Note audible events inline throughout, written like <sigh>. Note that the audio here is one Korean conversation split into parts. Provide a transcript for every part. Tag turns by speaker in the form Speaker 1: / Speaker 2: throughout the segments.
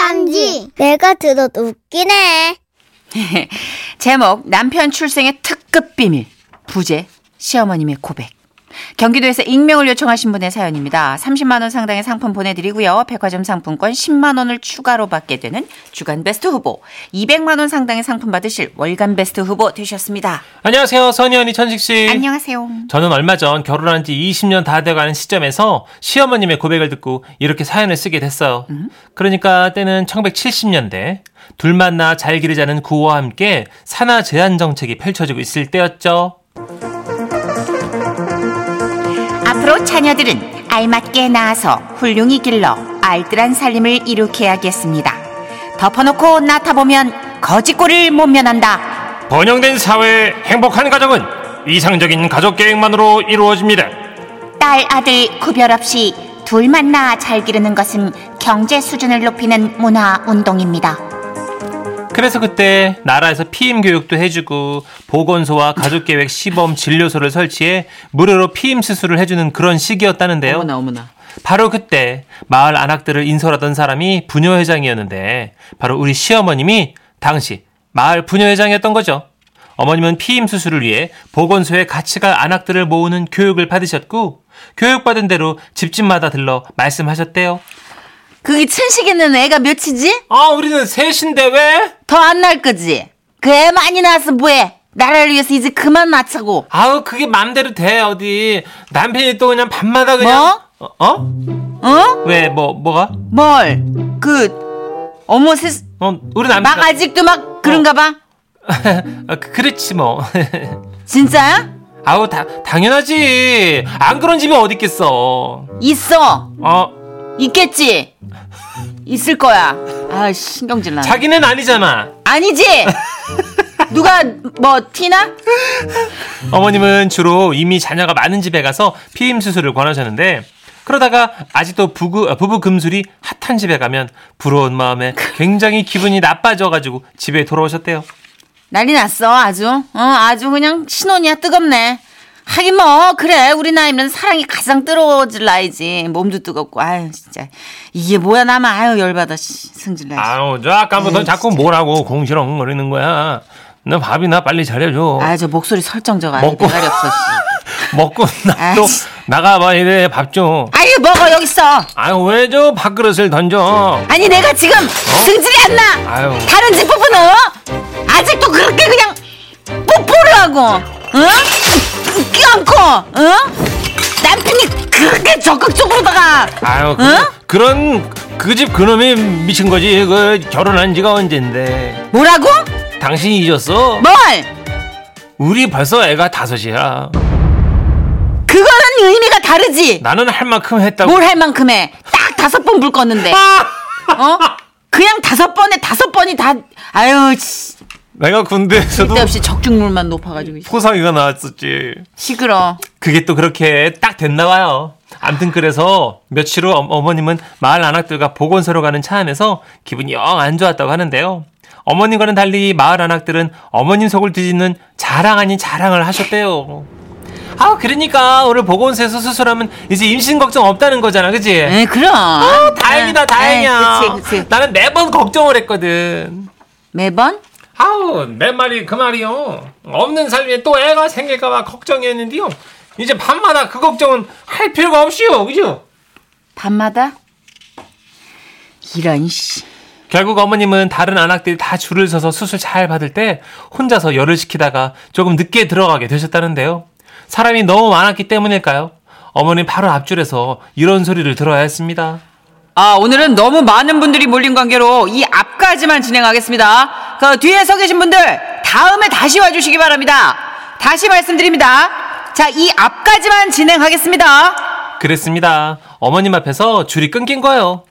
Speaker 1: 아니, 내가 들어도 웃기네.
Speaker 2: 제목 남편 출생의 특급 비밀 부재 시어머님의 고백 경기도에서 익명을 요청하신 분의 사연입니다. 30만 원 상당의 상품 보내드리고요. 백화점 상품권 10만 원을 추가로 받게 되는 주간 베스트 후보 200만 원 상당의 상품 받으실 월간 베스트 후보 되셨습니다.
Speaker 3: 안녕하세요. 선희 언니 천식 씨.
Speaker 2: 안녕하세요.
Speaker 3: 저는 얼마 전 결혼한 지 20년 다 돼가는 시점에서 시어머님의 고백을 듣고 이렇게 사연을 쓰게 됐어요. 그러니까 때는 1970년대 둘 만나 잘 기르자는 구호와 함께 산하 제한 정책이 펼쳐지고 있을 때였죠.
Speaker 2: 앞으로 자녀들은 알맞게 낳아서 훌륭히 길러 알뜰한 살림을 이룩해야겠습니다. 덮어놓고 나타보면 거지꼴을 못 면한다.
Speaker 3: 번영된 사회의 행복한 가정은 이상적인 가족 계획만으로 이루어집니다.
Speaker 2: 딸, 아들 구별 없이 둘 만나 잘 기르는 것은 경제 수준을 높이는 문화 운동입니다.
Speaker 3: 그래서 그때 나라에서 피임 교육도 해주고 보건소와 가족계획 시범 진료소를 설치해 무료로 피임 수술을 해주는 그런 시기였다는데요.
Speaker 2: 어머나.
Speaker 3: 바로 그때 마을 안악들을 인솔하던 사람이 부녀회장이었는데 바로 우리 시어머님이 당시 마을 부녀회장이었던 거죠. 어머님은 피임 수술을 위해 보건소에 같이 갈 안악들을 모으는 교육을 받으셨고 교육받은 대로 집집마다 들러 말씀하셨대요.
Speaker 4: 그게 천식이는 애가 몇이지?
Speaker 3: 아 우리는 셋인데 왜?
Speaker 4: 더 안 날 거지? 그 애 많이 낳아서 뭐해? 나라를 위해서 이제 그만 낳자고.
Speaker 3: 아우 그게 맘대로 돼 어디 남편이 또 그냥 밤마다 그냥 뭐? 어?
Speaker 4: 어?
Speaker 3: 왜 뭐 뭐가?
Speaker 4: 뭘? 그 어머 세상
Speaker 3: 어 우리 남편 <laughs>
Speaker 4: 막 아직도 막 그런가 봐.
Speaker 3: 아, 그- 그렇지 뭐 <laughs>
Speaker 4: 진짜야?
Speaker 3: 아우 다, 당연하지 안 그런 집이 어디 있겠어
Speaker 4: 있어.
Speaker 3: 어
Speaker 4: 있겠지. 있을 거야. 아 신경질 나.
Speaker 3: 자기는 아니잖아
Speaker 4: 아니지. 누가 뭐 티나?
Speaker 3: 어머님은 주로 이미 자녀가 많은 집에 가서 피임 수술을 권하셨는데 그러다가 아직도 부부, 아, 부부 금술이 핫한 집에 가면 부러운 마음에 굉장히 기분이 나빠져가지고 집에 돌아오셨대요
Speaker 4: 난리 났어 아주 어 아주 그냥 신혼이야 뜨겁네 하긴 뭐 그래 우리 나이면 사랑이 가장 뜨거워질 나이지 몸도 뜨겁고 아유 진짜 이게 뭐야 나만 아유 열받아 씨, 승질 나지
Speaker 3: 아우 저 아까부터 자꾸 뭐라고 공시렁거리는 거야 너 밥이나 빨리 잘해줘
Speaker 4: 아저 목소리 설정저가 아주
Speaker 3: 뭐. 먹고.
Speaker 4: 대가리 없어 씨.
Speaker 3: 먹고
Speaker 4: 아이,
Speaker 3: 나또
Speaker 4: 씨.
Speaker 3: 나가봐 이래 밥좀
Speaker 4: 아유 먹어 여기 있어
Speaker 3: 아유 왜 저 밥그릇을 던져
Speaker 4: 아니 내가 지금 승질이 안나
Speaker 3: 어? 아유
Speaker 4: 다른 집 부부는 어? 아직도 그렇게 그냥 뽀뽀를 하고 응? 끼얹고 응? 남편이 그렇게 적극적으로다가
Speaker 3: 아유 그,
Speaker 4: 응?
Speaker 3: 그런 그 집 그놈이 미친 거지 그 결혼한 지가 언젠데
Speaker 4: 뭐라고?
Speaker 3: 당신이 잊었어
Speaker 4: 뭘?
Speaker 3: 우리 벌써 애가 다섯이야
Speaker 4: 그거는 의미가 다르지.
Speaker 3: 나는 할 만큼 했다고
Speaker 4: 뭘 할 만큼 해. 딱 다섯 번 불
Speaker 3: <laughs>
Speaker 4: 껐는데. 어? 그냥 다섯 번에 다섯 번이 다 아유 씨,
Speaker 3: 내가 군대에서도
Speaker 4: 쓸데없이 적중률만 높아가지고
Speaker 3: 포상이가 나왔었지
Speaker 4: 시끄러.
Speaker 3: 그게 또 그렇게 딱 됐나 봐요. 암튼 그래서 며칠 후 어- 어머님은 마을 안악들과 보건소로 가는 차 안에서 기분이 영 안 좋았다고 하는데요. 어머님과는 달리 마을 안악들은 어머님 속을 뒤집는 자랑 아닌 자랑을 하셨대요. 아 그러니까 오늘 보건소에서 수술하면 이제 임신 걱정 없다는 거잖아 그지?
Speaker 4: 에 네, 그럼.
Speaker 3: 아, 다행이다
Speaker 4: 에,
Speaker 3: 다행이야.
Speaker 4: 에, 그치 그치.
Speaker 3: 나는 매번 걱정을 했거든.
Speaker 4: 매번
Speaker 3: 아우 내 말이 그 말이요 없는 삶에 또 애가 생길까봐 걱정했는데요 이제 밤마다 그 걱정은 할 필요가 없이요 그죠?
Speaker 4: 밤마다 이런 씨.
Speaker 3: 결국 어머님은 다른 안악들이 다 줄을 서서 수술 잘 받을 때 혼자서 열을 식히다가 조금 늦게 들어가게 되셨다는데요 사람이 너무 많았기 때문일까요? 어머님 바로 앞줄에서 이런 소리를 들어야 했습니다
Speaker 2: 아, 오늘은 너무 많은 분들이 몰린 관계로 이 앞까지만 진행하겠습니다. 그 뒤에 서 계신 분들 다음에 다시 와주시기 바랍니다. 다시 말씀드립니다. 자, 이 앞까지만 진행하겠습니다.
Speaker 3: 그랬습니다. 어머님 앞에서 줄이 끊긴 거예요.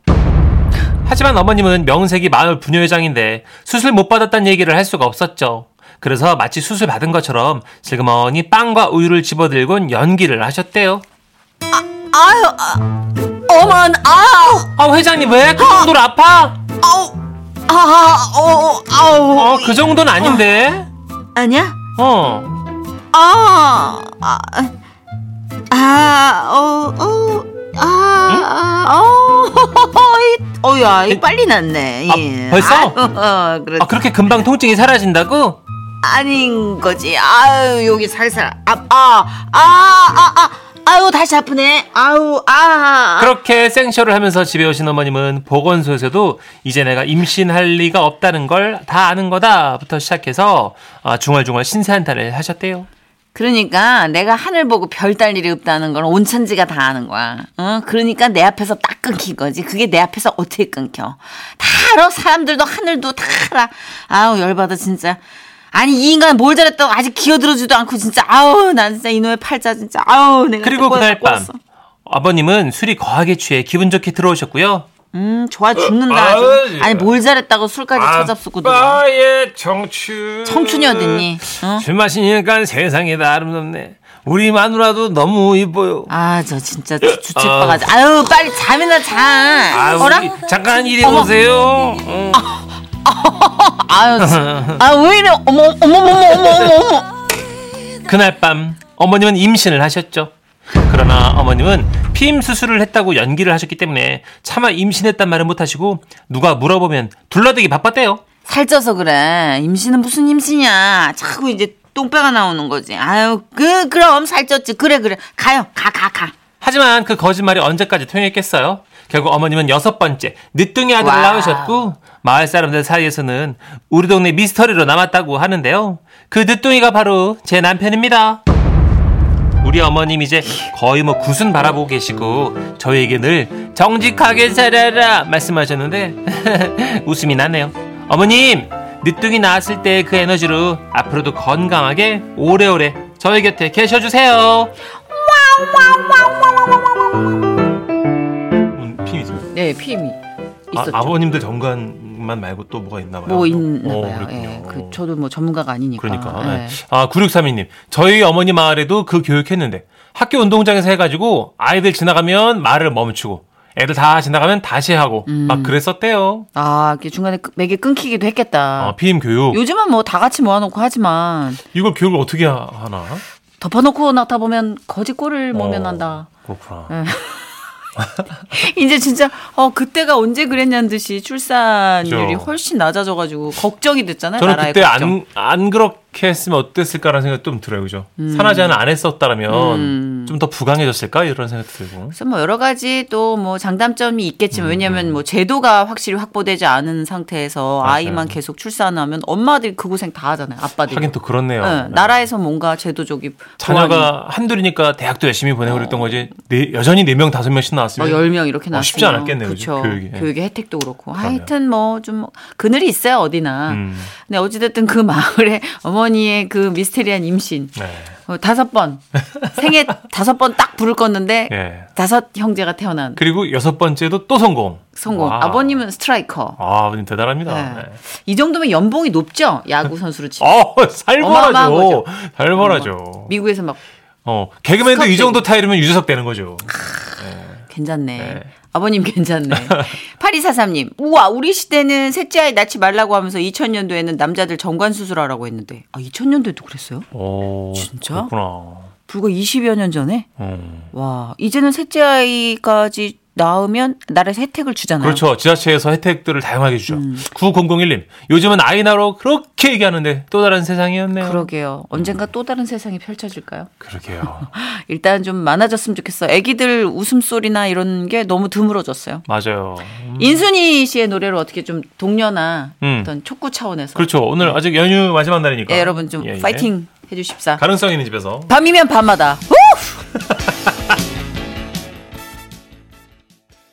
Speaker 3: 하지만 어머님은 명색이 마을 부녀회장인데 수술 못 받았다는 얘기를 할 수가 없었죠. 그래서 마치 수술 받은 것처럼 슬그머니 빵과 우유를 집어들곤 연기를 하셨대요.
Speaker 4: 아유 아, 어만 아우
Speaker 3: 아 회장님 왜 그 정도로 아파?
Speaker 4: 아우 아우 아우
Speaker 3: 어 그 정도는 아닌데.
Speaker 4: 아니야?
Speaker 3: 어
Speaker 4: 아, 아, 아, 어, 어, 아, 어, 어야, 이 빨리 났네.
Speaker 3: 아,
Speaker 4: 예.
Speaker 3: 벌써?
Speaker 4: 아, 어, 그렇
Speaker 3: 아, 그렇게 금방 통증이 사라진다고?
Speaker 4: 아닌 거지. 아유, 여기 살살. 아, 아, 아, 아, 아. 아유, 다시 아프네. 아우, 아.
Speaker 3: 그렇게 생쇼를 하면서 집에 오신 어머님은 보건소에서도 이제 내가 임신할 리가 없다는 걸 다 아는 거다부터 시작해서 아, 중얼중얼 신세한탄을 하셨대요.
Speaker 4: 그러니까 내가 하늘 보고 별 딸 일이 없다는 건 온천지가 다 아는 거야. 어? 그러니까 내 앞에서 딱 끊긴 거지. 그게 내 앞에서 어떻게 끊겨. 다 알아. 사람들도 하늘도 다 알아. 아우 열받아 진짜. 아니 이 인간 뭘 잘했다고 아직 기어들어주지도 않고 진짜 아우 난 진짜 이놈의 팔자 진짜 아우 내가
Speaker 3: 그리고
Speaker 4: 꼬였다,
Speaker 3: 그날 밤
Speaker 4: 꼬였어.
Speaker 3: 아버님은 술이 거하게 취해 기분 좋게 들어오셨고요.
Speaker 4: 음 좋아 죽는다
Speaker 3: 아유,
Speaker 4: 아주.
Speaker 3: 예.
Speaker 4: 아니 뭘 잘했다고 술까지 찾아쓰고 들어.
Speaker 3: 아빠의 청춘.
Speaker 4: 청춘이 어딨니? 어?
Speaker 3: 술 마시니까 세상이 다 아름답네. 우리 마누라도 너무 이뻐요.
Speaker 4: 아 저 진짜 주책바가지. 아유 빨리 잠이나 자.
Speaker 3: 예? 아,
Speaker 4: 어라?
Speaker 3: 우리 잠깐 이리 오세요. 어. 응.
Speaker 4: 아유, 진- 아, 왜 이래? 어머, 어머, 어머, 어머, 어머, 어머.
Speaker 3: 그날 밤 어머님은 임신을 하셨죠. 그러나 어머님은 피임 수술을 했다고 연기를 하셨기 때문에 차마 임신했단 말은 못하시고 누가 물어보면 둘러대기 바빴대요.
Speaker 4: 살쪄서 그래. 임신은 무슨 임신이야. 자꾸 이제 똥배가 나오는 거지. 아유, 그, 그럼 살쪘지. 그래, 그래. 가요. 가, 가, 가.
Speaker 3: 하지만 그 거짓말이 언제까지 통했겠어요? 결국 어머님은 여섯 번째 늦둥이 아들을
Speaker 4: 와우.
Speaker 3: 낳으셨고 마을 사람들 사이에서는 우리 동네 미스터리로 남았다고 하는데요. 그 늦둥이가 바로 제 남편입니다. 우리 어머님 이제 거의 뭐 구순 바라보고 계시고 저희에게 늘 정직하게 살아라 말씀하셨는데 <laughs> 웃음이 나네요. 어머님 늦둥이 낳았을 때 그 에너지로 앞으로도 건강하게 오래오래 저희 곁에 계셔주세요. 피 음, 있어요.
Speaker 4: 네, 피임이 있었죠.
Speaker 3: 아, 버님들 정관만 말고 또 뭐가 있나 봐요.
Speaker 4: 뭐 있나
Speaker 3: 어,
Speaker 4: 봐요.
Speaker 3: 그렇군요.
Speaker 4: 예. 그, 저도 뭐 전문가가 아니니까.
Speaker 3: 그러니까.
Speaker 4: 예.
Speaker 3: 네. 아, 9632님. 저희 어머니 마을에도 그 교육했는데 학교 운동장에서 해가지고 아이들 지나가면 말을 멈추고 애들 다 지나가면 다시 하고
Speaker 4: 음.
Speaker 3: 막 그랬었대요.
Speaker 4: 아, 이게 중간에 끄- 맥이 끊기기도 했겠다.
Speaker 3: 아, 피임 교육.
Speaker 4: 요즘은 뭐 다 같이 모아놓고 하지만
Speaker 3: 이걸 교육을 어떻게 하- 하나?
Speaker 4: 덮어놓고 나다 보면 거지 꼴을 모면한다. 예,
Speaker 3: 어, 그렇구나.
Speaker 4: 이제 진짜 어 그때가 언제 그랬냐는 듯이 출산율이
Speaker 3: 그죠.
Speaker 4: 훨씬 낮아져가지고 걱정이 됐잖아요.
Speaker 3: 저는
Speaker 4: 나라의
Speaker 3: 그때
Speaker 4: 걱정.
Speaker 3: 안, 안 그렇게 했으면 어땠을까라는 생각이 좀 들어요. 그죠?
Speaker 4: 음.
Speaker 3: 산하지 않은 안 했었다면 좀 더 부강해졌을까? 이런 생각도 들고.
Speaker 4: 그래서 뭐 여러 가지 또 뭐 장단점이
Speaker 3: 음.
Speaker 4: 있겠지만 왜냐하면 뭐 제도가 확실히 확보되지 않은 상태에서
Speaker 3: 맞아요.
Speaker 4: 아이만 계속 출산하면 엄마들이 그 고생 다 하잖아요. 아빠들이.
Speaker 3: 하긴 또 그렇네요.
Speaker 4: 예,
Speaker 3: 네.
Speaker 4: 나라에서 뭔가 제도적이 보완이- 어.
Speaker 3: 자녀가 한둘이니까 대학도 열심히 보내고 그랬던 거지. 네, 여전히 네 명 다섯 명씩
Speaker 4: 뭐
Speaker 3: 나왔으면
Speaker 4: 10명 이렇게 나왔으면
Speaker 3: 어, 쉽지 않았겠네요,
Speaker 4: 그렇죠.
Speaker 3: 교육이.
Speaker 4: 교육의,
Speaker 3: 예.
Speaker 4: 혜택도 그렇고. 하여튼 뭐 좀 그늘이 있어요, 어디나.
Speaker 3: 음.
Speaker 4: 근데 어찌 됐든 그 마을에 어머니의 그 미스테리한 임신
Speaker 3: 네.
Speaker 4: 어, 다섯 번 생애 다섯 번 딱 불을 껐는데
Speaker 3: 예.
Speaker 4: 다섯 형제가 태어난
Speaker 3: 그리고 여섯 번째도 또 성공.
Speaker 4: 성공.
Speaker 3: 와.
Speaker 4: 아버님은 스트라이커.
Speaker 3: 아, 아버님 대단합니다.
Speaker 4: 네.
Speaker 3: 네.
Speaker 4: 이 정도면 연봉이 높죠 야구 선수로 치면
Speaker 3: 어,
Speaker 4: 어마어마한
Speaker 3: 살벌하죠.
Speaker 4: 거죠.
Speaker 3: 살벌하죠.
Speaker 4: 미국에서 막
Speaker 3: 어, 개그맨도 이
Speaker 4: 스카우트.
Speaker 3: 정도 타이르면 유재석 되는 거죠.
Speaker 4: 괜찮네.
Speaker 3: 네.
Speaker 4: 아버님
Speaker 3: <laughs>
Speaker 4: 괜찮네. 8243님, 우와, 우리 시대는 셋째 아이 낳지 말라고 하면서 2000년도에는 남자들 정관 수술하라고 했는데, 아, 2000년도에도 그랬어요?
Speaker 3: 오,
Speaker 4: 진짜? 네.
Speaker 3: 그렇구나. 어.
Speaker 4: 불과 20여 년 전에?
Speaker 3: 음.
Speaker 4: 와, 이제는 셋째 아이까지 낳으면 나라에서 혜택을 주잖아요.
Speaker 3: 그렇죠. 지자체에서 혜택들을 다양하게 주죠.
Speaker 4: 음.
Speaker 3: 9001님, 요즘은 아이나로 그렇게 얘기하는데 또 다른 세상이었네요.
Speaker 4: 그러게요. 언젠가 또 다른 세상이 펼쳐질까요? <gasps>
Speaker 3: 그러게요.
Speaker 4: 일단 좀 많아졌으면 좋겠어. 아기들 웃음소리나 이런 게 너무 드물어졌어요.
Speaker 3: 맞아요.
Speaker 4: 인순이 씨의 노래로 어떻게 좀 동료나
Speaker 3: 음.
Speaker 4: 어떤 촉구 차원에서
Speaker 3: 그렇죠. 오늘 아직 연휴 마지막 날이니까.
Speaker 4: 예, 여러분 좀
Speaker 3: 예, 예.
Speaker 4: 파이팅 해주십사.
Speaker 3: 그렇죠. 가능성 있는 집에서
Speaker 4: 밤이면 밤마다. 우!